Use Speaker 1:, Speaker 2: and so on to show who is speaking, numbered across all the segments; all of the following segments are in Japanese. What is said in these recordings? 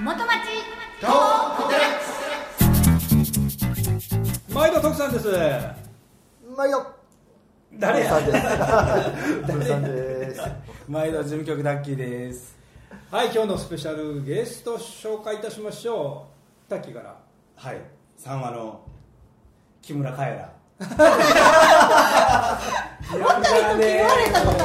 Speaker 1: 元町
Speaker 2: 毎度徳さんです
Speaker 3: まいよ
Speaker 2: 誰や
Speaker 3: さんですブーさんです
Speaker 2: 毎度事務局ダッキーですはい今日のスペシャルゲスト紹介いたしましょうダッキーから
Speaker 4: はい、3話の木村カエラ。
Speaker 1: 本当に時言われたこと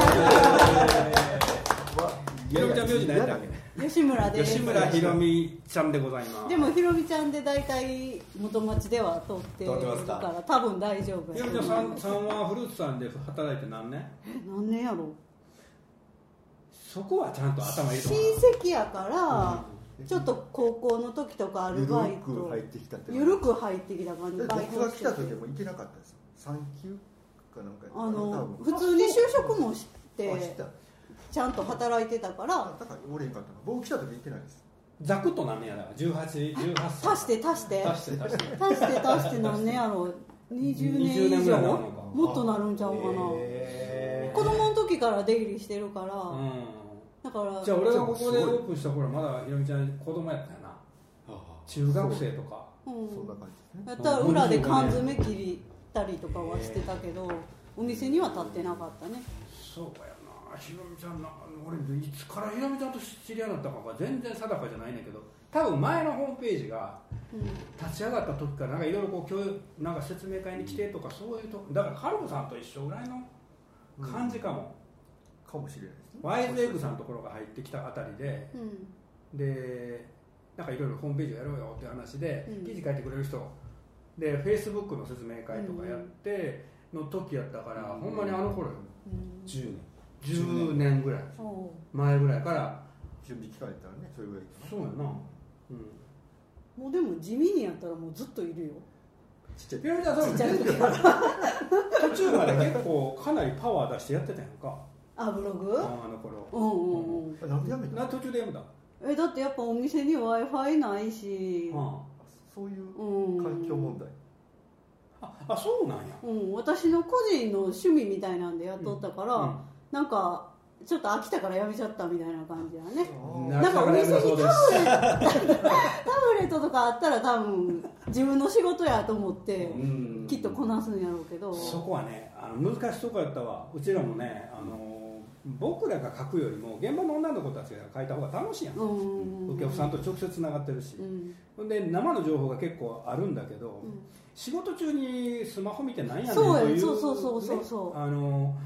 Speaker 1: あ
Speaker 2: ひろみちゃん名字何やったっ
Speaker 1: る吉村
Speaker 2: け
Speaker 1: です
Speaker 2: 吉村ひろみちゃんでございます
Speaker 1: でもひろみちゃんで大体元町では通って
Speaker 4: 通ってま
Speaker 1: る
Speaker 4: す
Speaker 1: か
Speaker 4: から
Speaker 1: 多分大丈夫
Speaker 2: ひろみちゃんさんさんはフルーツさんで働いて何年
Speaker 1: え何年やろ
Speaker 2: そこはちゃんと頭いいと
Speaker 1: 親
Speaker 2: 思う
Speaker 1: 戚やから、ちょっと高校の時とかアルバ
Speaker 3: ゆ
Speaker 1: イト
Speaker 3: るく入ってきたってこと
Speaker 1: ゆるく入ってきた感じ
Speaker 3: え僕が来た時
Speaker 1: て
Speaker 3: も行けなかったです産休かなんか
Speaker 1: あの
Speaker 3: 多
Speaker 1: 普
Speaker 3: 分
Speaker 1: 通に就職もし
Speaker 3: あ知ってた
Speaker 1: ちゃんと働いてたから
Speaker 3: あだから俺へんかったの僕来た時行ってないです
Speaker 2: ざくっと何年やだから1818歳
Speaker 1: 足して足して
Speaker 2: 足して足して
Speaker 1: 足して足して何年やろう20年
Speaker 2: 20年
Speaker 1: 以
Speaker 2: ぐら
Speaker 1: 上
Speaker 2: いなのか
Speaker 1: もっとなるんちゃうかな、
Speaker 4: え
Speaker 1: 子供の時から出入りしてるから、
Speaker 2: う
Speaker 1: だから
Speaker 2: んじゃあ俺がここでオープンした頃まだひろみちゃん子供やったよな中学生とか
Speaker 1: うん
Speaker 3: そんな感じですね
Speaker 1: やったら裏で缶詰切りたりとかはしてたけど、お店には立ってなかったね
Speaker 2: そうかやなひろみちゃんな俺いつからひろみちゃんと知り合いになったかが全然定かじゃないねんだけど多分前のホームページが
Speaker 1: うん
Speaker 2: 立ち上がった時からなんかいろいろこう今日なんか説明会に来てとかそういうとこだからカルボさんと一緒ぐらいの感じかも、
Speaker 3: かもしれないですね
Speaker 2: ワイズエッグさんのところが入ってきたあたりで
Speaker 1: うん
Speaker 2: でなんかいろいろホームページやろうよって話で、
Speaker 1: うん
Speaker 2: 記事書いてくれる人でフェイスブックの説明会とかやっての時やったから、
Speaker 4: うん
Speaker 2: ほんまにあの頃よ
Speaker 1: うん
Speaker 4: 十年。
Speaker 2: 10年ぐらい
Speaker 1: おう
Speaker 2: 前ぐらいから
Speaker 3: 準備期間やったらねそれぐらいかな
Speaker 2: そうやなうん
Speaker 1: もうでも地味にやったらもうずっといるよ
Speaker 3: ちっちゃい
Speaker 2: ピラミッドは
Speaker 1: ちっちゃい時から
Speaker 2: 途中まで結構かなりパワー出してやってたやんか
Speaker 1: あブログ
Speaker 2: あの頃
Speaker 1: うんうんうん
Speaker 3: あなんでやめた
Speaker 2: な途中でやめた、
Speaker 1: えだってやっぱお店に w i f i ないし
Speaker 2: うん
Speaker 3: そういう
Speaker 1: うん
Speaker 3: 環境問題
Speaker 2: ああそうなんや
Speaker 1: うん、私の個人の趣味みたいなんでやっとったから、
Speaker 2: うん
Speaker 1: なんかちょっと飽きたからやめちゃったみたいな感じだね
Speaker 3: あ
Speaker 1: なんかお店にタ
Speaker 2: そ
Speaker 1: ブ
Speaker 2: うで
Speaker 1: レ
Speaker 2: す
Speaker 1: ットタブレットとかあったら多分自分の仕事やと思って
Speaker 4: うん
Speaker 1: きっとこなすんやろうけど
Speaker 2: そこはねあの難しいとこやったわうちらもねあの僕らが書くよりも現場の女の子たちが書いた方が楽しいやん、
Speaker 1: うん
Speaker 2: お客さんと直接つながってるし、
Speaker 1: うん
Speaker 2: ほんで生の情報が結構あるんだけど、
Speaker 1: うん
Speaker 2: 仕事中にスマホ見てなんやねん
Speaker 1: そうや
Speaker 2: という
Speaker 1: そうそうそうそうそう
Speaker 2: ねあの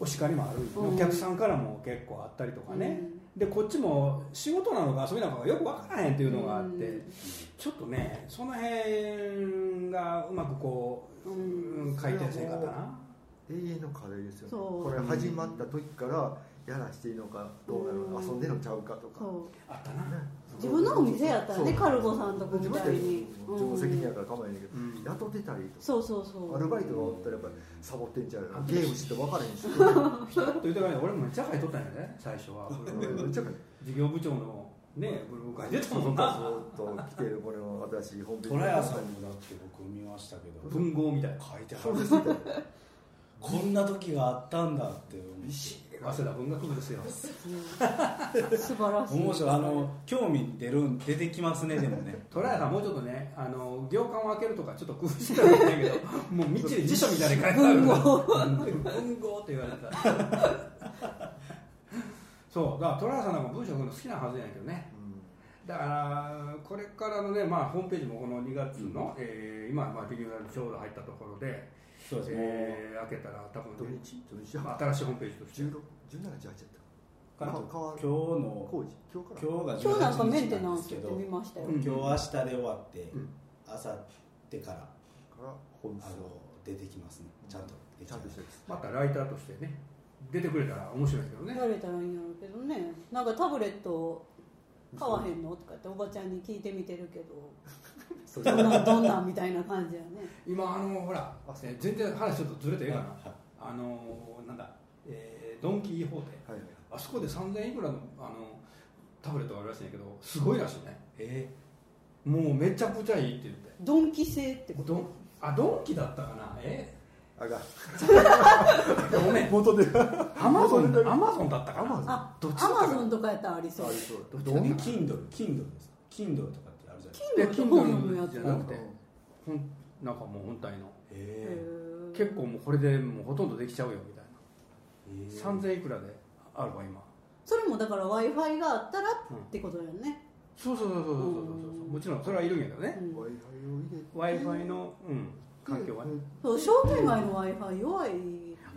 Speaker 2: お叱りもある、
Speaker 1: うん
Speaker 2: お客さんからも結構あったりとかね、でこっちも仕事なのか遊びなのかよく分からへんっていうのがあって、
Speaker 1: うん
Speaker 2: ちょっとねその辺がうまくこう、
Speaker 1: うん
Speaker 2: うん回転せんかったな
Speaker 3: 永遠の課題ですよね
Speaker 1: そう
Speaker 3: これ始まった時からやらしていいのかどうな
Speaker 1: う
Speaker 3: の
Speaker 1: ん
Speaker 3: 遊んでんのちゃうかとか
Speaker 1: そう
Speaker 2: あったな、
Speaker 1: 自分のお店やったらね
Speaker 3: そう
Speaker 1: カルボさんとこみたいに
Speaker 3: 自分で自分の責任や
Speaker 1: うん
Speaker 3: から構えへんけど、
Speaker 2: うん
Speaker 3: 雇ってたりとか
Speaker 1: そうそうそう
Speaker 3: アルバイトがおったらやっぱりサボってんちゃう
Speaker 2: あ
Speaker 3: ゲームして分からへんし
Speaker 2: 一言言うてからね俺もめっちゃ書いとったんやね最初は
Speaker 3: めっちゃか
Speaker 2: 事業部長のねブログ書いてた
Speaker 3: ず
Speaker 2: も
Speaker 3: っ
Speaker 2: んな
Speaker 3: と来てるこれの新しいホームページ
Speaker 4: トラヤさんもだって僕見ましたけど、
Speaker 2: 文豪みたいな
Speaker 4: 書いて
Speaker 3: そう
Speaker 4: は
Speaker 3: で
Speaker 4: る。
Speaker 3: すみたいな
Speaker 4: こんな時があったんだって思
Speaker 2: 早稲田文学部ですよ
Speaker 1: うん素晴らし
Speaker 4: う。
Speaker 1: い
Speaker 4: 面白い。あの興味出るん出てきますねでも ね。
Speaker 2: トラヤさんもうちょっとねあの行間を開けるとかちょっと工夫してたんだけどもうみっちり辞書みたいに書いてある文豪文豪って言われたそうだからトラヤさんなんか文章書くの好きなはずやねんけどねだからこれからのね、まあ、ホームページもこの2月の、えー今、まあ、リニューアルちょうど入ったところで、
Speaker 4: そうですね。
Speaker 2: えー開けたら多
Speaker 3: 土
Speaker 2: 分、ね、
Speaker 3: 日土日
Speaker 2: まあ
Speaker 3: は
Speaker 2: 新しいホームページとして
Speaker 3: 16 17 18やった
Speaker 4: から
Speaker 3: まあ変わ
Speaker 4: 今日
Speaker 3: る
Speaker 4: の
Speaker 3: 工事今日から
Speaker 4: 今日
Speaker 1: 今
Speaker 4: が
Speaker 1: 日なんかメン
Speaker 4: 18
Speaker 1: テ
Speaker 4: 日
Speaker 1: ナ
Speaker 4: なん
Speaker 1: ン
Speaker 4: で
Speaker 1: ス
Speaker 4: すけ
Speaker 1: って
Speaker 4: ど、
Speaker 1: 見ましたよ、
Speaker 2: うん
Speaker 4: 今日明日で終わって
Speaker 2: うん、
Speaker 4: 明後日から
Speaker 3: から本日
Speaker 4: あの出てきますね。ちゃんとでき
Speaker 3: ち
Speaker 4: て
Speaker 3: ゃん
Speaker 4: ま
Speaker 3: とし
Speaker 4: す
Speaker 3: てです
Speaker 2: またライターとしてね出てくれたら面白いけどね
Speaker 1: 言われたらいいんやろうけどねなんかタブレット買わへんのとかっておばちゃんに聞いてみてるけど
Speaker 3: そ
Speaker 1: どんなんどんなんみたいな感じやね
Speaker 2: 今あのほら
Speaker 3: あそう
Speaker 2: えー全然話ちょっとずれてええかな、
Speaker 4: はい
Speaker 2: あのーなんだ、えードン・キーホーテ
Speaker 3: はいはい
Speaker 2: あそこで3000いくらのあのタブレットがあるらしいんやけどすごいらしいね
Speaker 4: え
Speaker 2: もうめちゃくちゃいいって言って
Speaker 1: ドンキ制ってこ
Speaker 2: ドン
Speaker 1: と
Speaker 2: あドンキだったかなえ
Speaker 3: あが
Speaker 2: ーごめん
Speaker 3: 元で
Speaker 2: アマゾンアマゾンだったか
Speaker 3: ア
Speaker 2: な
Speaker 3: マゾン
Speaker 1: あ
Speaker 2: どっちだっ
Speaker 1: ア
Speaker 2: た
Speaker 1: マ
Speaker 2: か
Speaker 1: ゾ
Speaker 2: な
Speaker 1: ンとかやったらありそう
Speaker 3: ありそう
Speaker 4: ー、ドンキンドルキンドルです。 Kindle とかってあるじゃないです
Speaker 2: で
Speaker 4: か
Speaker 1: Kindle と本読むや
Speaker 2: Kindle
Speaker 1: つ
Speaker 2: じゃ
Speaker 1: へ
Speaker 2: なくてほんなんかもう本体の
Speaker 4: え
Speaker 1: ー
Speaker 2: 結構もうこれでもうほとんどできちゃうよみたいな
Speaker 4: え
Speaker 2: 3000いくらであるわ今
Speaker 1: それもだから w i f i があったらってことだよね、
Speaker 2: そうそうそうそうそうそうそうもちろんそれはいるんやけどね
Speaker 1: うん
Speaker 3: w i f i を入れて
Speaker 2: w i f i の、うん、環境はね
Speaker 1: そう商店街の w i f i 弱い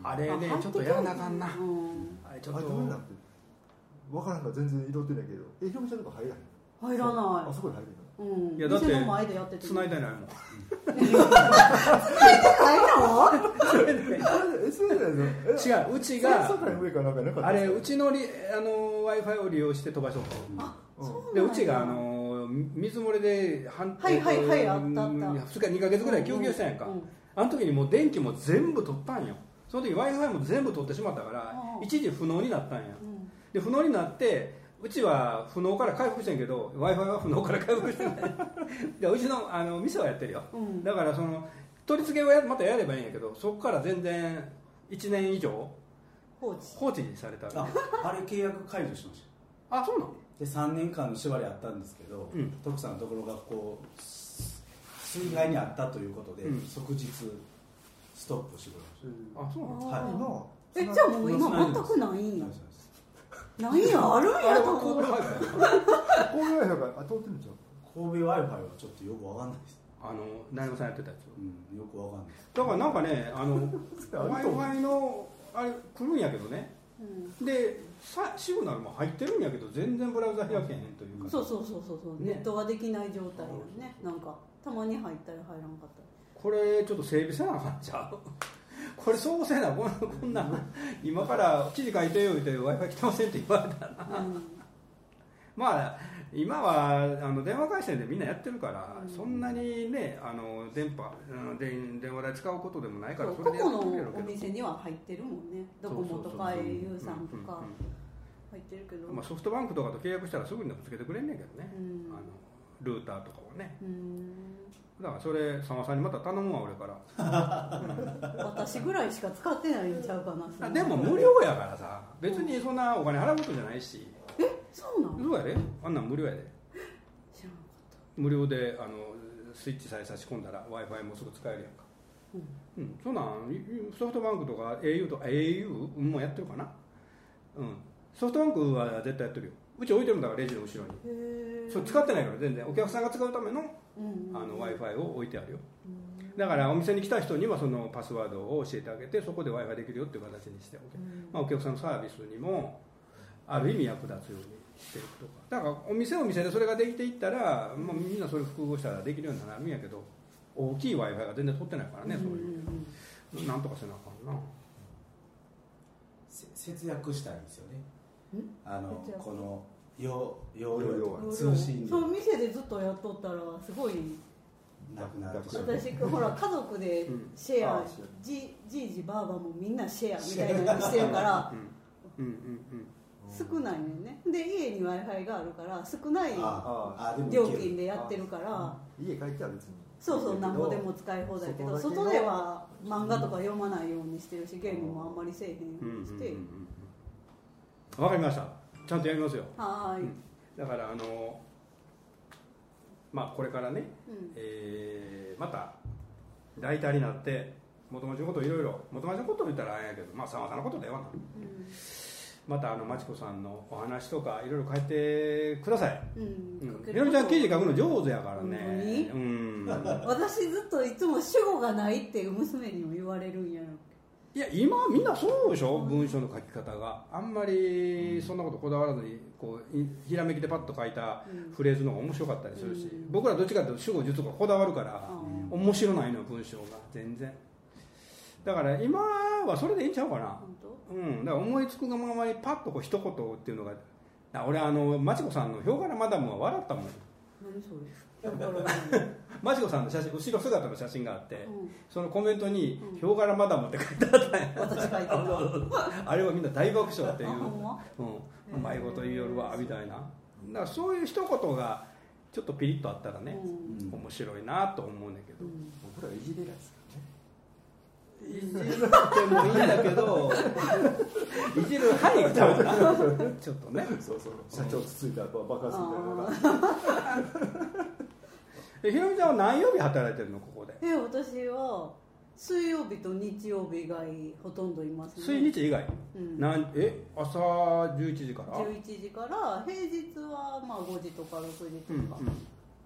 Speaker 2: あれねちょっとやらなあかんな
Speaker 1: うん
Speaker 2: あれち
Speaker 3: ち
Speaker 2: ょ
Speaker 3: ょ
Speaker 2: っ
Speaker 3: っ
Speaker 2: と
Speaker 3: となくて分からんから全然色ってないけどえひろみちゃんとか入らへん
Speaker 1: 入らな
Speaker 3: あ
Speaker 1: い
Speaker 3: そこに入るの
Speaker 1: うん、
Speaker 2: いやだって
Speaker 1: 店の前でやってて
Speaker 2: 繋いだ
Speaker 1: い
Speaker 2: いないもん
Speaker 1: ないの
Speaker 3: あれえそうじゃないのえ
Speaker 2: 違ううちが
Speaker 3: そうから上かなんかなかった
Speaker 2: あれうちのりあの w i f i を利用して飛ばしとった
Speaker 1: あ
Speaker 3: うん
Speaker 1: そうなん
Speaker 2: で
Speaker 1: や
Speaker 2: うちがあの水漏れで半
Speaker 1: はいはいはい
Speaker 2: えと
Speaker 1: あったあった
Speaker 2: 2日2ヶ月ぐらい休業したやんか、
Speaker 1: う
Speaker 2: あの時にもう電気も全部取ったんよその時 w i f i も全部取ってしまったから
Speaker 1: うん
Speaker 2: 一時不能になったんや
Speaker 1: うん
Speaker 2: で不能になってうちは不能から回復してんけど w i f i は不能から回復してない でうちのあの店はやってるよ
Speaker 1: うん
Speaker 2: だからその取り付けをやまたやればいいんやけどそこから全然1年以上
Speaker 1: 放置
Speaker 2: 放置された
Speaker 4: ああれ契約解除しまし
Speaker 2: あそうなの
Speaker 4: たで3年間の縛りあったんですけど、
Speaker 2: うん
Speaker 4: 徳さんのところがこうす水害にあったということで、
Speaker 2: うん
Speaker 4: 即日ストップしてくれまし
Speaker 3: うん
Speaker 2: あそうなの
Speaker 4: はい
Speaker 3: 今
Speaker 1: えじゃあもう
Speaker 4: 繋い
Speaker 1: 今
Speaker 4: で
Speaker 1: 全
Speaker 4: ます
Speaker 1: くない
Speaker 4: た
Speaker 1: んや
Speaker 4: はいそう
Speaker 1: ない
Speaker 4: です
Speaker 1: んやあるん
Speaker 2: あれ
Speaker 1: や
Speaker 2: は
Speaker 1: と思
Speaker 2: 神
Speaker 1: っ
Speaker 2: 戸
Speaker 1: て
Speaker 2: Wi-Fi
Speaker 3: こういうのがあ通ってるんちゃう
Speaker 4: 神戸 w i f i はちょっとよくわかんないです、
Speaker 2: あの成山さんやってたやつ
Speaker 4: うん、よくわかんないです
Speaker 2: だからなんかね あの w
Speaker 3: ある
Speaker 2: i
Speaker 3: と
Speaker 2: f
Speaker 3: 思う
Speaker 2: i のあれ来るんやけどね
Speaker 1: うん
Speaker 2: でさシグナルも入ってるんやけど全然ブラウザ開けへんというか
Speaker 1: そうそうそうそうそう、
Speaker 2: ね
Speaker 1: ネットができない状態やねなんかたまに入ったり入らんかったり
Speaker 2: これちょっと整備せなあかんちゃう これそうせなこんなこんなん今から記事書いてよ言うて w i f i 来てませんって言われたら
Speaker 1: う
Speaker 2: まあ今はあの電話回線でみんなやってるから、
Speaker 1: うん
Speaker 2: そんなにねあの電波、うん、電電話代使うことでもない
Speaker 1: ん
Speaker 2: から
Speaker 1: そう
Speaker 2: れ
Speaker 1: 個
Speaker 2: でや
Speaker 1: 々
Speaker 2: って
Speaker 1: の
Speaker 2: くれるけど
Speaker 1: お店には入ってるもんねドコモとか
Speaker 2: そうそうそう
Speaker 1: au さんと
Speaker 2: う
Speaker 1: か
Speaker 2: んうんうん
Speaker 1: 入ってるけど
Speaker 2: まあ、ソフトバンクとかと契約したらすぐにでもつけてくれんねんけどね、
Speaker 1: うん
Speaker 2: あのルーターとかはね
Speaker 1: うーん
Speaker 2: だからそれさんまさんにまた頼むわ俺から
Speaker 1: 私ぐらいしか使ってないんちゃうかなそ
Speaker 2: あ
Speaker 1: れ
Speaker 2: でも無料やからさ別にそんなお金払うことじゃないし
Speaker 1: そうなん
Speaker 2: そうやであんなん無料やで
Speaker 1: 知らんかっ
Speaker 2: 無料であのスイッチさえ差し込んだら w i f i もすぐ使えるやんか
Speaker 1: た、うん
Speaker 2: うん、そんなんいソフトバンクとか au とか au もやってるかな、うん、ソフトバンクは絶対やってるようち置いてるんだからレジの後ろに
Speaker 1: へえ
Speaker 2: それ使ってないから全然お客さんが使うための
Speaker 1: うん
Speaker 2: あの w i f i を置いてあるよ
Speaker 1: うん
Speaker 2: だからお店に来た人にはそのパスワードを教えてあげてそこで w i f i できるよっていう形にしておけ、まあ、お客さんのサービスにもある意味役立つようにしていくとかだからお店お店でそれができていったら、まあ、みんなそれ複合したらできるようになるんやけど大きい w i f i が全然取ってないからねそういう
Speaker 1: うん
Speaker 2: なんとかせなあかんな
Speaker 4: せ節約したいんですよね
Speaker 1: ん
Speaker 4: あの
Speaker 1: 節約
Speaker 4: この容容量と
Speaker 1: うん
Speaker 4: か通信
Speaker 1: そ
Speaker 4: 量
Speaker 1: の店でずっとやっとったらすごい
Speaker 4: なくなってしまう
Speaker 1: 私ほら家族でシェア
Speaker 3: うん
Speaker 1: じじいじばあばもみんなシェアみたいなのしてるから
Speaker 2: うんうん うん
Speaker 1: 少ないねんねで家に w i f i があるから少ない
Speaker 4: あああでもいける
Speaker 1: 料金でやってるから
Speaker 3: 家帰っては別に
Speaker 1: そうそうなんぼでも使い放題やけど
Speaker 3: 外だけの
Speaker 1: 外では漫画とか読まないようにしてるしゲームもあんまりせえへんよ
Speaker 2: うん
Speaker 1: うにして、
Speaker 2: うんうんわかりましたちゃんとやりますよ
Speaker 1: はーい、
Speaker 2: だからあのまあこれからね
Speaker 1: うん
Speaker 2: えーまたライターになって元町のことをいろいろ元町のことを言ったらあれやけどまあさまざまなことだよなまたあのまちこさんのお話とかいろいろ変えてください、
Speaker 1: うん
Speaker 2: う
Speaker 1: うん
Speaker 2: ん、ひろみちゃん記事書くの上手やから
Speaker 1: 本当
Speaker 2: ね
Speaker 1: に
Speaker 2: うん
Speaker 1: 私ずっといつも主語がないって娘にも言われるんやろ
Speaker 2: いや今みんなそうでしょ文章の書き方があんまりそんなことこだわらずにこういひらめきでパッと書いた
Speaker 1: うん
Speaker 2: フレーズの方が面白かったりするし、
Speaker 1: うん
Speaker 2: 僕らどっちかというと主語術語こだわるから、
Speaker 1: うん
Speaker 2: 面白ないの文章が全然だから今はそれでいいんちゃうかな
Speaker 1: 本当
Speaker 2: うんだから思いつくがままにパッとこう一言っていうのがあ俺あのマチコさんの「ヒョウ柄マダム」は笑ったもん
Speaker 1: 何そ れだからね、
Speaker 2: マチコさんの写真後ろ姿の写真があって、
Speaker 1: うん
Speaker 2: そのコメントに
Speaker 1: うん
Speaker 2: 「ヒョウ柄マダム」って書いてあったんや
Speaker 1: 私書いてた
Speaker 2: あれはみんな大爆笑っていう、
Speaker 1: あほんま
Speaker 2: うん、うまいこと言いよるわみたいなだからそういう一言がちょっとピリッとあったらね、
Speaker 1: うん
Speaker 4: うん
Speaker 2: 面白いなと思うねんだけど、
Speaker 1: うん
Speaker 3: 僕らはいじれないですからね
Speaker 2: いじってもいいんだけど いじる範囲がちゃうからちょっとね
Speaker 4: そうそう
Speaker 3: 社長つついたば爆発みたいなのが
Speaker 2: えひろみちゃんは何曜日働いてるのここで
Speaker 1: え私は水曜日と日曜日以外ほとんどいますね
Speaker 2: 水日以外、
Speaker 1: うん
Speaker 2: なんえ朝11時から
Speaker 1: 11時から平日はまあ5時とか6時と
Speaker 2: うんうん
Speaker 1: か、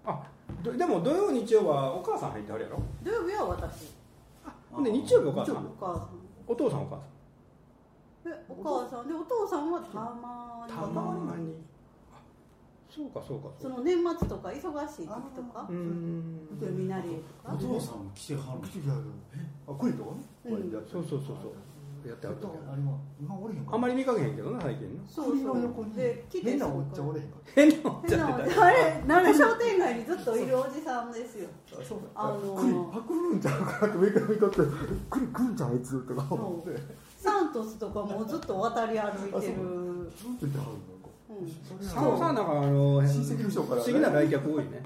Speaker 2: あどでも土曜日曜はお母さん入ってはるやろ
Speaker 1: 土曜日は私
Speaker 2: ほんで日曜日お母さ
Speaker 1: お
Speaker 2: ん
Speaker 1: 母さん
Speaker 2: お父さんお母さん
Speaker 1: えお母さんでお父さんはたまに
Speaker 2: たまにあそうかそうかそ
Speaker 1: そう
Speaker 2: か
Speaker 1: の年末とか忙しい時とか
Speaker 2: うーん
Speaker 1: 海なりと
Speaker 4: お
Speaker 1: か
Speaker 4: 父さんも来てはるの
Speaker 3: 口があるあクイズとかね
Speaker 1: うん
Speaker 3: こうやってやって
Speaker 2: そうそうそうそうやってはる
Speaker 3: ちょっ
Speaker 2: 時
Speaker 3: とあれは今おれへんか
Speaker 2: あんまり見かけへんけどな最 近な
Speaker 1: そうそ
Speaker 3: の横
Speaker 1: う
Speaker 3: に
Speaker 1: で来て
Speaker 3: 変
Speaker 1: す
Speaker 3: な
Speaker 1: ご
Speaker 3: おっ
Speaker 1: い
Speaker 3: ちゃんおれへんか
Speaker 2: 変なおっち
Speaker 1: 変
Speaker 2: ゃ
Speaker 1: な
Speaker 2: っ
Speaker 1: お
Speaker 2: て
Speaker 1: じ
Speaker 2: た
Speaker 1: さんあれ奈良商店街にずっといるおじさんですよ
Speaker 3: あそうだ
Speaker 1: あのー
Speaker 3: クリパクるんちゃうかなって上から見とってクリ来るんちゃうあいつとか思って
Speaker 1: サントスとかもずっと渡り歩いて
Speaker 3: ずっ
Speaker 1: る、
Speaker 3: といてはる
Speaker 1: うん
Speaker 3: なん
Speaker 2: 佐
Speaker 3: か
Speaker 2: 野さんなんかあの
Speaker 3: 親戚の人から
Speaker 2: 不思議な来客多いね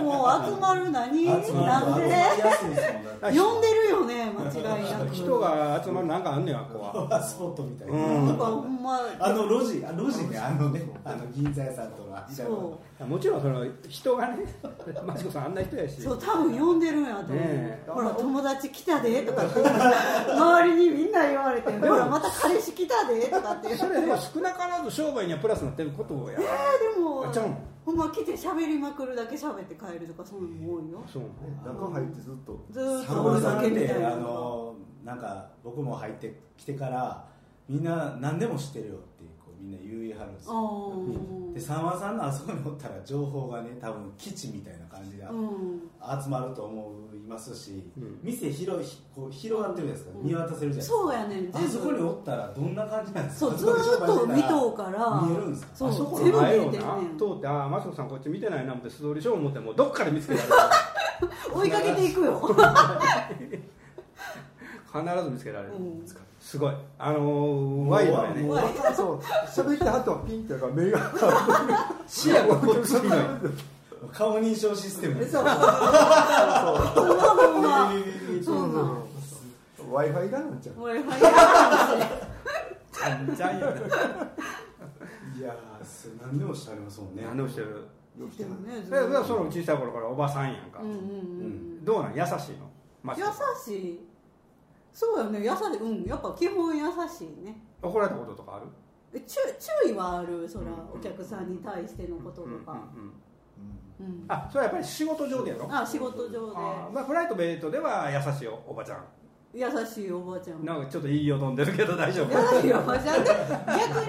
Speaker 1: もう集まる何なんで
Speaker 4: 安いですもんだって
Speaker 1: 呼んでるよね間違いな く
Speaker 2: 人が集まるなんかあんねやここは
Speaker 4: パワースポットみたいな、
Speaker 2: うん
Speaker 1: なんかほんま
Speaker 4: あの路地あ路地ねあのね
Speaker 3: そう
Speaker 4: あの銀座屋さんとか
Speaker 1: そ
Speaker 2: もちろんその人がね マチコさんあんな人やし
Speaker 1: うそう多分呼んでるんやと思う、
Speaker 2: ねえ
Speaker 1: ほら友達来たでとかって周りにみんな言われてほらまた彼氏来たでとかって言って
Speaker 2: それでも少なからず商売にはプラスになってることや
Speaker 1: えーでも
Speaker 2: あちゃうん
Speaker 1: ほんま来て喋りまくるだけ喋って帰るとかそういうのも多いよ
Speaker 2: そう
Speaker 3: 中入ってずっと
Speaker 1: ずーっ
Speaker 4: サ
Speaker 1: と
Speaker 4: ボ
Speaker 1: お
Speaker 4: ルさん
Speaker 1: 酒みたい
Speaker 4: で
Speaker 1: な
Speaker 4: あのなんか僕も入ってきてからみんな何でも知ってるよってこうみんな言いはるんです
Speaker 1: あ
Speaker 4: よ
Speaker 1: ー
Speaker 4: で三和さんのあそこにおったら情報がね多分基地みたいな感じが
Speaker 1: うん
Speaker 4: 集まると思いますし、
Speaker 2: うん
Speaker 4: 店広いひこう広がってるじゃないですか、
Speaker 1: うん
Speaker 4: 見渡せるじゃないですか
Speaker 1: そうやねん
Speaker 4: あ
Speaker 1: 全部
Speaker 4: そこにおったらどんな感じなんです
Speaker 1: そ
Speaker 4: か
Speaker 1: うずーっと見と うから
Speaker 4: 見えるんですか
Speaker 1: そう
Speaker 2: あそこ
Speaker 1: 全
Speaker 2: の
Speaker 1: 部見
Speaker 2: 前
Speaker 1: え
Speaker 2: を
Speaker 1: て
Speaker 2: な
Speaker 1: るねん
Speaker 2: 通ってああマチコさんこっち見てないな思って素通りしよう思ってもうどっから見つけられる
Speaker 1: 追いかけていくよ
Speaker 2: 必ず見つけられる、
Speaker 1: うん
Speaker 2: すごいあのー、ワイドやね
Speaker 3: もうそう喋ってはったらピンってやから目が
Speaker 2: 視野がこっちにない
Speaker 4: 顔認証システム
Speaker 1: そう
Speaker 4: です
Speaker 1: そうそうほんまほんま
Speaker 3: そうそうそう Wi-Fi がなんちゃう
Speaker 1: Wi-Fi
Speaker 2: ちゃんちゃんや ない
Speaker 4: やーす何でもしてありますもんね
Speaker 2: 何でもしてる
Speaker 1: 来てるねず
Speaker 2: で
Speaker 1: ーっ
Speaker 2: で
Speaker 1: と
Speaker 2: その小さい頃からおばさんやんか、
Speaker 1: うんうんうん
Speaker 2: どうなん優しいのマ
Speaker 1: 優
Speaker 2: チコさん
Speaker 1: しいそうよね優しいうんやっぱ基本優しいね
Speaker 2: 怒られたこととかある
Speaker 1: え注注意はあるそらお客さんに対してのこととか
Speaker 2: うんうんうん
Speaker 1: うん
Speaker 2: あそれはやっぱり仕事上でやろ
Speaker 1: あ仕事上で
Speaker 2: あーまあ、フライトベイトでは優しいおばちゃん
Speaker 1: 優しいおばあちゃん
Speaker 2: なんかちょっといいよ飲んでるけど大丈夫
Speaker 1: 優しいおばあちゃんで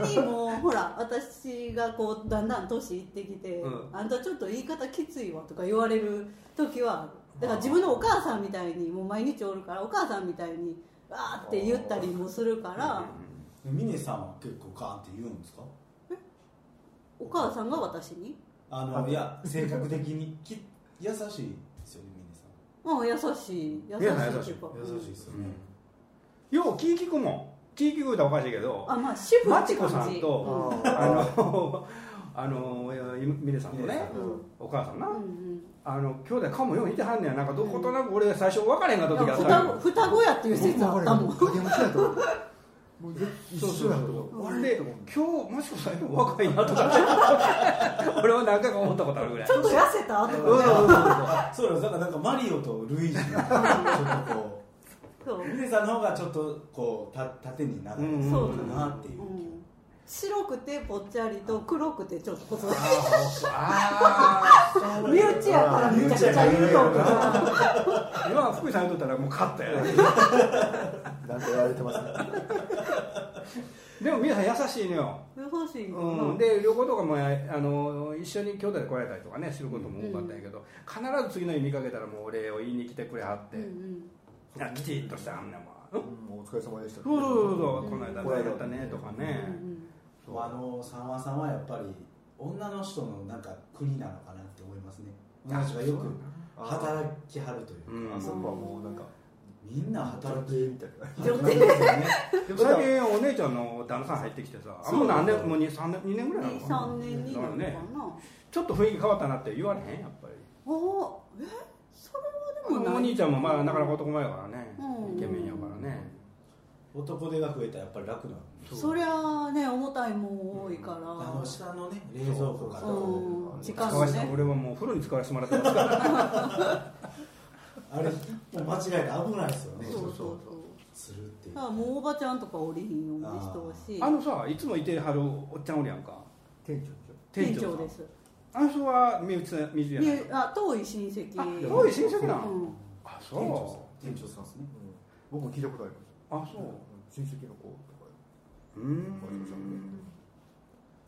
Speaker 1: 逆にもうほら私がこうだんだん年いってきて、
Speaker 2: うん
Speaker 1: あんたちょっと言い方きついわとか言われる時はあるだから自分のお母さんみたいにもう毎日おるからお母さんみたいにわーって言ったりもするから
Speaker 4: 峰さんは結構ガーンって言うんですか
Speaker 1: お母さんが私に
Speaker 4: あのいや性格的にき優しいですよね
Speaker 1: うん優しい優しいっていうか
Speaker 4: 峰さん優しいですよね、
Speaker 2: うんよう気聞くもん気聞くとおかしいけど
Speaker 1: あまあ主婦
Speaker 2: マ
Speaker 1: っ
Speaker 2: チ
Speaker 1: て
Speaker 2: コ
Speaker 1: 感
Speaker 2: さん
Speaker 1: じ
Speaker 2: と あ
Speaker 3: あ
Speaker 2: のあのミネさんとね
Speaker 1: うんうん
Speaker 2: お母さんな
Speaker 1: うん
Speaker 2: あの兄弟かもよう似てはんねやなんかどことなく俺最初分からへんかった
Speaker 1: なん
Speaker 2: 時
Speaker 1: か
Speaker 2: あった
Speaker 1: 双子双子やっていう説あったも ん
Speaker 3: 影武者やと思うもうぜ一緒やと
Speaker 2: そう
Speaker 3: 思う
Speaker 2: そう
Speaker 3: あれ
Speaker 2: で
Speaker 3: と思う
Speaker 2: 今日マチコさんより若いなとかね俺は何回か 思ったことあるぐらい
Speaker 1: ちょっと痩せたと
Speaker 2: うん
Speaker 1: かね
Speaker 4: そうなんですだからなんかマリオとルイージのちょっとこ
Speaker 1: そう
Speaker 4: う峰さんの方がちょっとこうた縦に長い
Speaker 2: うん
Speaker 4: か
Speaker 1: そう
Speaker 4: なっていう、
Speaker 1: うん白くてぽっちゃりと黒くてちょっと細い
Speaker 2: あ
Speaker 1: 身内やからめちゃくちゃ言うと思う
Speaker 2: ー今福井さん言うとったらもう勝ったよ
Speaker 3: なんか言われてますね
Speaker 2: でも皆さん優しいのよ、
Speaker 1: 優しいかな
Speaker 2: うん、で旅行とかもあの一緒に兄弟で来られたりとかねすることも多かったんやけど、必ず次の日見かけたらもうお礼を言いに来てくれはって、
Speaker 1: うんうん
Speaker 2: あきちっとしたあんなもん、うん
Speaker 3: うんお疲れ様でした
Speaker 2: そうそうそうそう、
Speaker 1: うん
Speaker 2: この間大変だったねとか
Speaker 1: う
Speaker 2: ね、
Speaker 1: ん
Speaker 2: そう
Speaker 4: あの三和さんはやっぱり女の人のなんか国なのかなって思いますね女の人がよく
Speaker 3: あ
Speaker 4: 働きはるというか、
Speaker 2: うん
Speaker 3: あそこはもうなんか
Speaker 4: みんな働
Speaker 3: 働
Speaker 4: き
Speaker 3: きみたいな
Speaker 1: 女
Speaker 4: なんですよね
Speaker 2: で最近お姉ちゃんの旦那さん入ってきてさあもう何年もう 2, 3年2年ぐ
Speaker 1: うん
Speaker 2: らいなの
Speaker 1: 二
Speaker 2: かな
Speaker 1: 三年になるのかな
Speaker 2: ちょっと雰囲気変わったなって言われへんやっぱり
Speaker 1: ああえそれはもない
Speaker 2: お兄ちゃんもまあなかなか男前やからね、
Speaker 1: うん
Speaker 2: イケメンやからね、
Speaker 4: 男手が増えたらやっぱり楽なの
Speaker 1: そりゃね重たいもん多いから、
Speaker 4: あの下のね冷蔵庫から
Speaker 1: うん時間
Speaker 2: 使わせて
Speaker 1: ね
Speaker 2: 俺はもう風呂に使わせてもらってますから
Speaker 4: あれもう間違えたら危ないですよね
Speaker 1: そうそうそう
Speaker 4: するっていう
Speaker 1: だからもうおばちゃんとかおりひんようにしてほしい
Speaker 2: あのさいつもいてはるおっちゃんおるやんか
Speaker 3: 店長
Speaker 1: 店
Speaker 2: さん
Speaker 1: 長です
Speaker 2: あの人は身内さん身内やない
Speaker 1: であ遠い親戚
Speaker 2: あ遠い親戚な
Speaker 1: う
Speaker 2: の
Speaker 1: ん
Speaker 2: あそ
Speaker 4: 店長
Speaker 2: う
Speaker 4: さん店長さんですね
Speaker 3: 僕も聞いたことあります
Speaker 2: あ
Speaker 3: うん
Speaker 2: そ
Speaker 3: 親戚の子とか
Speaker 2: ううーん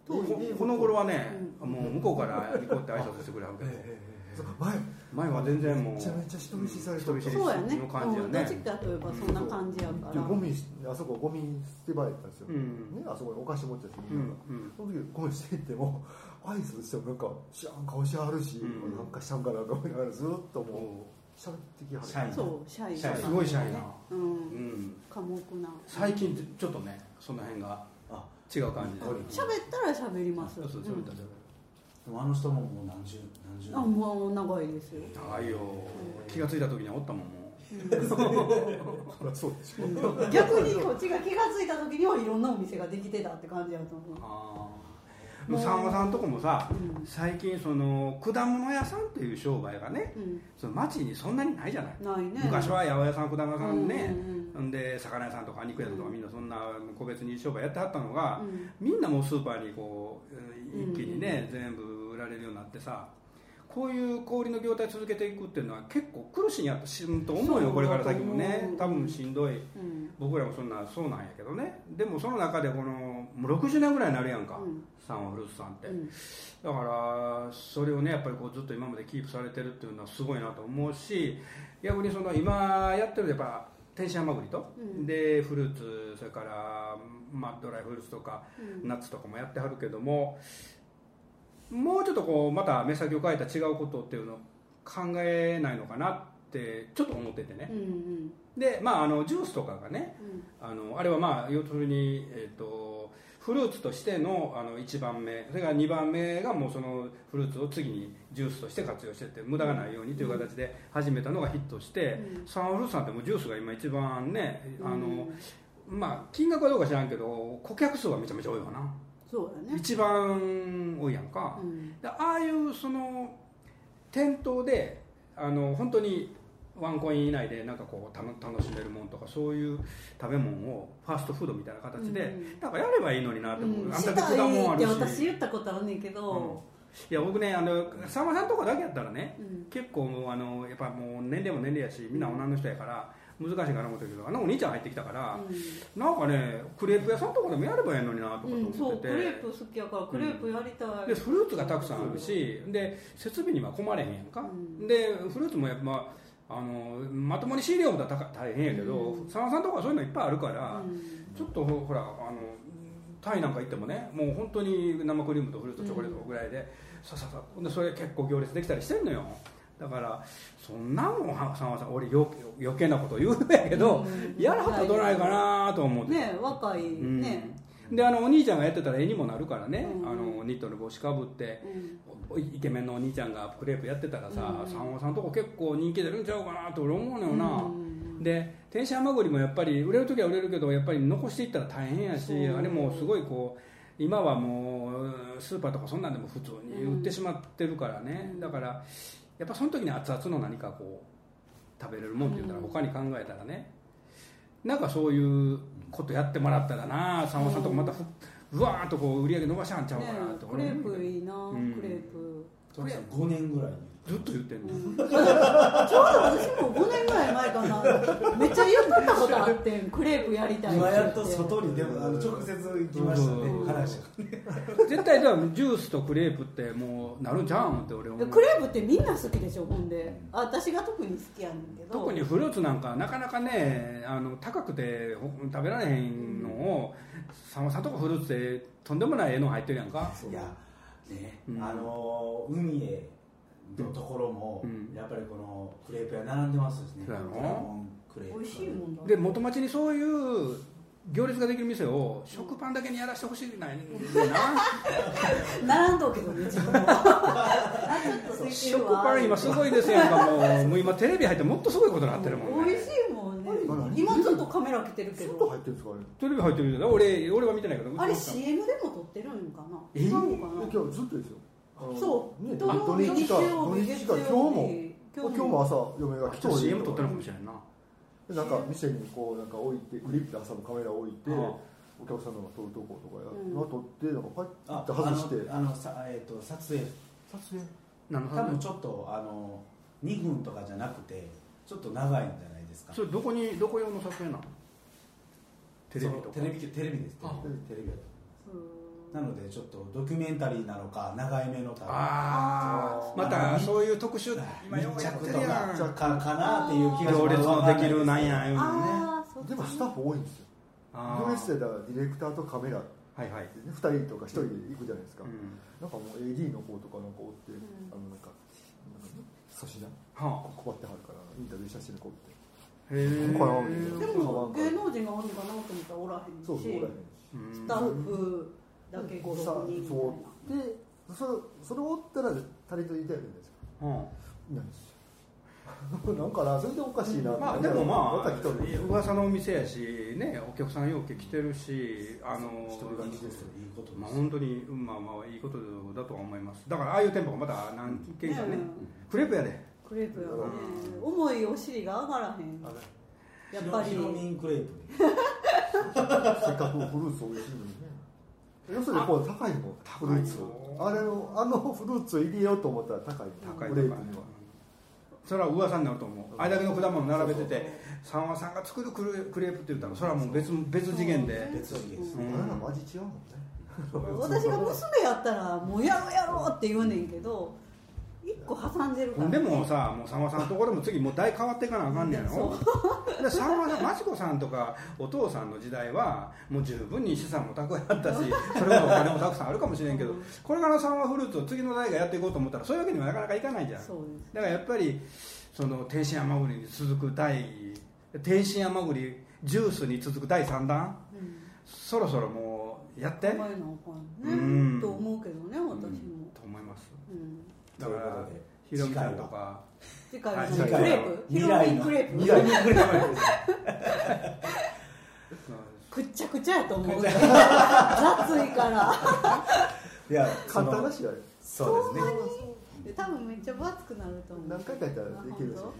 Speaker 1: 遠い
Speaker 2: ここの頃はね、もう向こうから行こうって挨拶してくれはるけど
Speaker 3: そう前
Speaker 2: 前は全然もう
Speaker 3: めちゃめちゃ人見知りされてた
Speaker 2: うん人見知り
Speaker 1: そうやね
Speaker 2: の感じや
Speaker 1: うん、どっち
Speaker 2: ね
Speaker 1: かといえばそんな感じやか
Speaker 3: で
Speaker 1: ら
Speaker 3: ゴミあそこゴミ捨て場やったんですよ、
Speaker 2: うんうん
Speaker 3: ね、あそこにお菓子持ってたし
Speaker 2: う
Speaker 3: みんなが、
Speaker 2: んうん
Speaker 3: その時ゴミ捨て行っても挨拶してもなんか知らん顔してはるし、
Speaker 2: うん
Speaker 3: なんかしゃんかなんか思いながらずっともう
Speaker 2: お
Speaker 3: 喋ってきはる
Speaker 4: 社員
Speaker 1: そうシャイ
Speaker 4: シャイ
Speaker 2: すごいシャイな
Speaker 1: う
Speaker 2: うんん
Speaker 1: 寡黙な
Speaker 2: 最近ちょっとねその辺が
Speaker 4: あ
Speaker 2: 違う感じで
Speaker 4: うん
Speaker 1: 喋ったら喋ります
Speaker 2: そうそう喋った喋っ
Speaker 4: でもあの人ももう何十何十
Speaker 1: うんあもう長いですよ、
Speaker 2: た長いよ気がついた時にはおったもん も
Speaker 3: そりゃそうでしょ、
Speaker 1: うん逆にこっちが気が付いた時にはいろんなお店ができてたって感じやと思う
Speaker 2: うああもうさんまさんとこもさ
Speaker 1: うん
Speaker 2: 最近その果物屋さんっていう商売がね
Speaker 1: うん
Speaker 2: その町にそんなにないじゃない
Speaker 1: ないね
Speaker 2: 昔は八百屋さん果物屋さんね、
Speaker 1: うんうんうん
Speaker 2: んで魚屋さんとか肉屋とかみんなそんな個別に商売やってはったのが、
Speaker 1: うん
Speaker 2: みんなもうスーパーにこう
Speaker 1: うん
Speaker 2: 一気にね、全部売られるようになってさこういう小売りの業態続けていくっていうのは結構苦しいんやとしんと思う
Speaker 1: そ
Speaker 2: よ
Speaker 1: う
Speaker 2: これから先も
Speaker 1: う
Speaker 2: ね
Speaker 1: ん
Speaker 2: 多分しんどい
Speaker 1: うん
Speaker 2: 僕らもそんなそうなんやけどねでもその中でこのもう60年ぐらいになるやんか、
Speaker 1: うん
Speaker 2: サンフルーツさんって、
Speaker 1: うん
Speaker 2: だからそれをねやっぱりこうずっと今までキープされてるっていうのはすごいなと思うし逆にその今やってるやっぱ天津ハマグリと、
Speaker 1: うん
Speaker 2: でフルーツそれから、まあ、ドライフルーツとか
Speaker 1: うん
Speaker 2: ナッツとかもやってはるけどももうちょっとこうまた目先を変えた違うことっていうのを考えないのかなってちょっと思っててね
Speaker 1: うんうん
Speaker 2: でまああのジュースとかがね
Speaker 1: うん
Speaker 2: あのあれはまあ要するに、えー、とフルーツとしてのあの1番目それから2番目がもうそのフルーツを次にジュースとして活用してって無駄がないようにという形で始めたのがヒットして、
Speaker 1: うん
Speaker 2: サンフルーツさんってもうジュースが今一番ねあの、
Speaker 1: うん
Speaker 2: まあ金額はどうか知らんけど顧客数がめちゃめちゃ多いわな、
Speaker 1: そうやね
Speaker 2: 一番多いやんか、
Speaker 1: うん
Speaker 2: でああいうその店頭であの本当にワンコイン以内でなんかこうたの楽しめるもんとかそういう食べ物をファーストフードみたいな形で、
Speaker 1: うん
Speaker 2: なんかやればいいのになと思う、
Speaker 1: うん
Speaker 2: あんだ
Speaker 1: し
Speaker 2: け
Speaker 1: た
Speaker 2: 果
Speaker 1: い
Speaker 2: 物ある
Speaker 1: って
Speaker 2: し
Speaker 1: 私言ったことあんねんけど
Speaker 2: いや僕ねあのさんまさんとこだけやったらね、
Speaker 1: うん
Speaker 2: 結構もうあのやっぱもう年齢も年齢やしみんな女の人やから難しいかなと思ったけどあのお兄ちゃん入ってきたから、なんかねクレープ屋さんとかでもやればいいのになとかと
Speaker 1: うんうんそ
Speaker 2: 思っ
Speaker 1: う
Speaker 2: て
Speaker 1: ク
Speaker 2: て、
Speaker 1: レープ好きやからクレープやりたい
Speaker 2: でフルーツがたくさんあるしで設備には困れへんやんか、
Speaker 1: うん
Speaker 2: でフルーツもやっぱ、まあ、あのまともに仕入れようもたら高大変やけど
Speaker 1: うん
Speaker 2: 佐野さんとかはそういうのいっぱいあるか
Speaker 1: う
Speaker 2: ら、
Speaker 1: ん
Speaker 2: ちょっとほほらあのタイなんか行ってもねもう本当に生クリームとフルーツとチョコレートぐらいで、さささほんでそれ結構行列できたりしてんのよだからそんなんもはさんはさ俺よ余計なこと言うんやけど、
Speaker 1: うん
Speaker 2: やらはったらどないかなと思って、
Speaker 1: ね若いね
Speaker 2: うん、であのお兄ちゃんがやってたら絵にもなるからね、
Speaker 1: うん
Speaker 2: あのニットの帽子かぶって
Speaker 1: うん
Speaker 2: おイケメンのお兄ちゃんがクレープやってたらさ、
Speaker 1: うん
Speaker 2: さんまさんとこ結構人気出るんちゃうかなと俺思うのよな、
Speaker 1: うん
Speaker 2: で天使ハマグリもやっぱり売れる時は売れるけどやっぱり残していったら大変やし、
Speaker 1: そう
Speaker 2: あれもすごいこう今はもうスーパーとかそんなんでも普通に売ってしまってるからね、
Speaker 1: うん
Speaker 2: だからやっぱその時に熱々の何かこう食べれるもんって言ったら
Speaker 1: うん
Speaker 2: 他に考えたらね、なんかそういうことやってもらったらなさんまさんとかまたふうわーっとこう売り上げ伸ばしはんちゃうか
Speaker 1: ね
Speaker 2: なと
Speaker 1: ク
Speaker 2: 俺
Speaker 1: レ
Speaker 2: は思う
Speaker 1: ー
Speaker 2: けど
Speaker 1: プいいな
Speaker 2: うん
Speaker 1: クレープ
Speaker 4: 徳さん5年ぐらいに
Speaker 2: ずっと言ってんの、
Speaker 1: うんちょうど私も5年ぐらい前かなめっちゃ言っとったことあってんクレープやりたいって言
Speaker 4: 今
Speaker 1: って
Speaker 4: やっと外にでもあの直接行きましたね
Speaker 2: うん
Speaker 4: 話
Speaker 2: 絶対ではジュースとクレープってもうなるんじゃうんって俺思う
Speaker 1: クレープってみんな好きでしょほんで私が特に好きやねんけど
Speaker 2: 特にフルーツなんかなかなかねあの高くてほ食べられへんのをさんまさんとかフルーツってとんでもない絵の入ってるやんか
Speaker 4: いやね、
Speaker 2: うん
Speaker 4: あのー海へのところも、
Speaker 2: うん
Speaker 4: やっぱりこのクレープ屋並んでますしね
Speaker 2: そうやろ
Speaker 4: ドラゴンクレープ
Speaker 1: 美味しいもんだ
Speaker 2: で元町にそういう行列ができる店を食パンだけにやらせてほしいないねんな
Speaker 1: 並んどうけどね自分はなんょっとついて
Speaker 2: 食
Speaker 1: るわ
Speaker 2: パン今すごいですやんかもうもう今テレビ入ってもっとすごいことになってるも ん
Speaker 1: 美
Speaker 2: ね
Speaker 1: 味しいもんね
Speaker 3: まだ
Speaker 1: 今ちょっとカメラ来てるけ
Speaker 3: 外
Speaker 1: ど
Speaker 3: 入ってるんですかあれ
Speaker 2: テレビ入ってるじゃない俺俺は見てないけど
Speaker 1: あれ
Speaker 2: うちの奥さん
Speaker 1: CM でも撮ってるんかな
Speaker 2: えー
Speaker 1: 違うのかな
Speaker 3: 今日ずっとですよあの
Speaker 1: そう、
Speaker 3: ね
Speaker 1: 土曜日、日
Speaker 3: か
Speaker 1: 曜
Speaker 3: 土
Speaker 1: 日、
Speaker 3: 日
Speaker 1: 月
Speaker 3: か
Speaker 1: 曜
Speaker 3: 今
Speaker 1: 日
Speaker 3: 日も今
Speaker 1: 今
Speaker 3: 日
Speaker 1: 日
Speaker 3: も
Speaker 1: も
Speaker 3: 朝嫁が
Speaker 2: あ
Speaker 3: 来
Speaker 2: ちょっと CM 撮ってる
Speaker 3: る
Speaker 2: かもしれないな
Speaker 3: なんか店にこうなんか置いてクリップで朝のカメラ置いて
Speaker 2: ああ
Speaker 3: お客さんのが撮るとことかや、
Speaker 1: うん
Speaker 3: 今撮ってなんかパッ
Speaker 4: あ
Speaker 3: て外して
Speaker 4: あのあのさ、えー、と撮影
Speaker 3: 撮影
Speaker 2: なるほ
Speaker 4: 多分
Speaker 2: ど
Speaker 4: ちょっとあの2分とかじゃなくてちょっと長いんじゃないですか
Speaker 2: それどこにどこ用の撮影なのテレビと
Speaker 4: そう
Speaker 2: か
Speaker 4: テレビテレビですテ
Speaker 2: あ
Speaker 4: レビテレビだと
Speaker 1: うん
Speaker 4: なのでちょっとドキュメンタリーなのか長い目の旅
Speaker 2: ああまたそういう特集今よう
Speaker 4: 密
Speaker 2: やって
Speaker 4: 着
Speaker 2: る
Speaker 4: と
Speaker 2: や
Speaker 4: か
Speaker 2: ん
Speaker 4: かかなっていう気がし
Speaker 2: 行
Speaker 4: ます
Speaker 2: 列のできるなんやい
Speaker 4: い
Speaker 2: の
Speaker 4: う
Speaker 2: ね
Speaker 1: あーそっか
Speaker 3: でもスタッフ多いんですよ
Speaker 2: あ
Speaker 3: ドレス
Speaker 2: ー
Speaker 3: でだからディレクターとカメラって
Speaker 2: はいはい、
Speaker 3: ね、2人とか1人で行くじゃないですか、
Speaker 2: うん
Speaker 3: なんかもう AD の方とかなんかおって、
Speaker 1: ん
Speaker 3: あのなんかなんかね粗品
Speaker 2: は
Speaker 3: 困ってはるからインタビュー写真でこうって
Speaker 2: あ、へえ
Speaker 3: ここから見てる
Speaker 1: でも芸能人がおるんかなと思ったらおらへんし
Speaker 3: そうそうおらへん
Speaker 1: スタッフだけ
Speaker 3: こ
Speaker 1: 5、
Speaker 3: うさ
Speaker 1: 6人みたい
Speaker 3: そ
Speaker 1: な
Speaker 3: うでそれそれを追ったら足りといたやるんですよ
Speaker 2: う
Speaker 3: い
Speaker 2: ん
Speaker 3: ないんですよなんかなそれでおかしいなって
Speaker 2: まあでもま
Speaker 3: また来とる
Speaker 2: あ噂のお店やしねお客さんよく来てるしあの
Speaker 3: 一人
Speaker 4: いことですよいいこと
Speaker 2: まあ
Speaker 4: です
Speaker 2: 本当にうんまあまあいいことだとは思いますだからああいう店舗がまた何軒かね
Speaker 1: ね
Speaker 2: クレープやで
Speaker 1: クレープやね
Speaker 2: う
Speaker 1: 重いお尻が上がらへん
Speaker 3: あれ
Speaker 1: やっぱり
Speaker 4: ヒロミンクレープ
Speaker 3: せっかくフルーツ美味しいのにね要するにこう高いもんフルーツ
Speaker 2: 高
Speaker 3: あれをあのフルーツを入れようと思ったら高い
Speaker 2: 高い
Speaker 3: グ
Speaker 2: と
Speaker 3: レー
Speaker 2: か
Speaker 3: プには
Speaker 2: それは噂になると思うあれだけの果物並べてて三和さんが作るクレクレープって言ったらそれはもう別別次元で
Speaker 4: 別次元です
Speaker 2: う
Speaker 3: バ
Speaker 2: ん
Speaker 3: ナナも味違うもんね
Speaker 1: 私が娘やったらもうやろうやろうって言うねんけど1個挟んでるから
Speaker 2: でもさもうさんまさんのところも次もう代変わっていかなあかんねやろでさんまさんマチコさんとかお父さんの時代はもう十分に資産もたくあったしそれこそお金もたくさんあるかもしれんけどこれからさんまフルーツを次の代がやっていこうと思ったらそういうわけにはなかなかいかないじゃんだか
Speaker 1: そうです
Speaker 2: らやっぱりその天津甘栗に続く第天津甘栗ジュースに続く第3弾
Speaker 1: うん
Speaker 2: そろそろもうやって
Speaker 1: 甘いのあかん
Speaker 2: う
Speaker 1: ね
Speaker 2: ん
Speaker 1: と思うけどね私も、
Speaker 2: と思います
Speaker 1: うん、
Speaker 2: だからひ
Speaker 4: とい
Speaker 2: ろ
Speaker 4: うことで
Speaker 2: みちゃんとか
Speaker 1: 次回は
Speaker 2: はい
Speaker 1: クレ
Speaker 4: 次回
Speaker 1: ー
Speaker 4: は
Speaker 1: プヒ
Speaker 4: 未
Speaker 1: ロ
Speaker 4: 来
Speaker 1: ミン
Speaker 4: の
Speaker 1: クレープ
Speaker 4: 未来の
Speaker 1: くっちゃくちゃやと思う雑いから
Speaker 4: いや
Speaker 3: 簡単だ
Speaker 4: だ
Speaker 3: しあれ
Speaker 4: そうですね
Speaker 1: 多分めっちゃ分厚くなると思う
Speaker 3: 何回かやったらできるでし
Speaker 1: あ
Speaker 3: ょ
Speaker 1: 本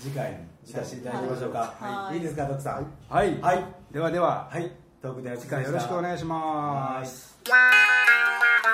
Speaker 4: 次回に行かせていただきましょうか、
Speaker 1: はい
Speaker 4: い、いですか徳さん
Speaker 2: はい、
Speaker 4: はい
Speaker 2: ではでは
Speaker 4: はい、トークでお疲
Speaker 2: 次
Speaker 4: れ様
Speaker 2: 回よ
Speaker 4: でし
Speaker 2: ろ
Speaker 4: た
Speaker 2: しくお願いします
Speaker 4: はい。
Speaker 1: 当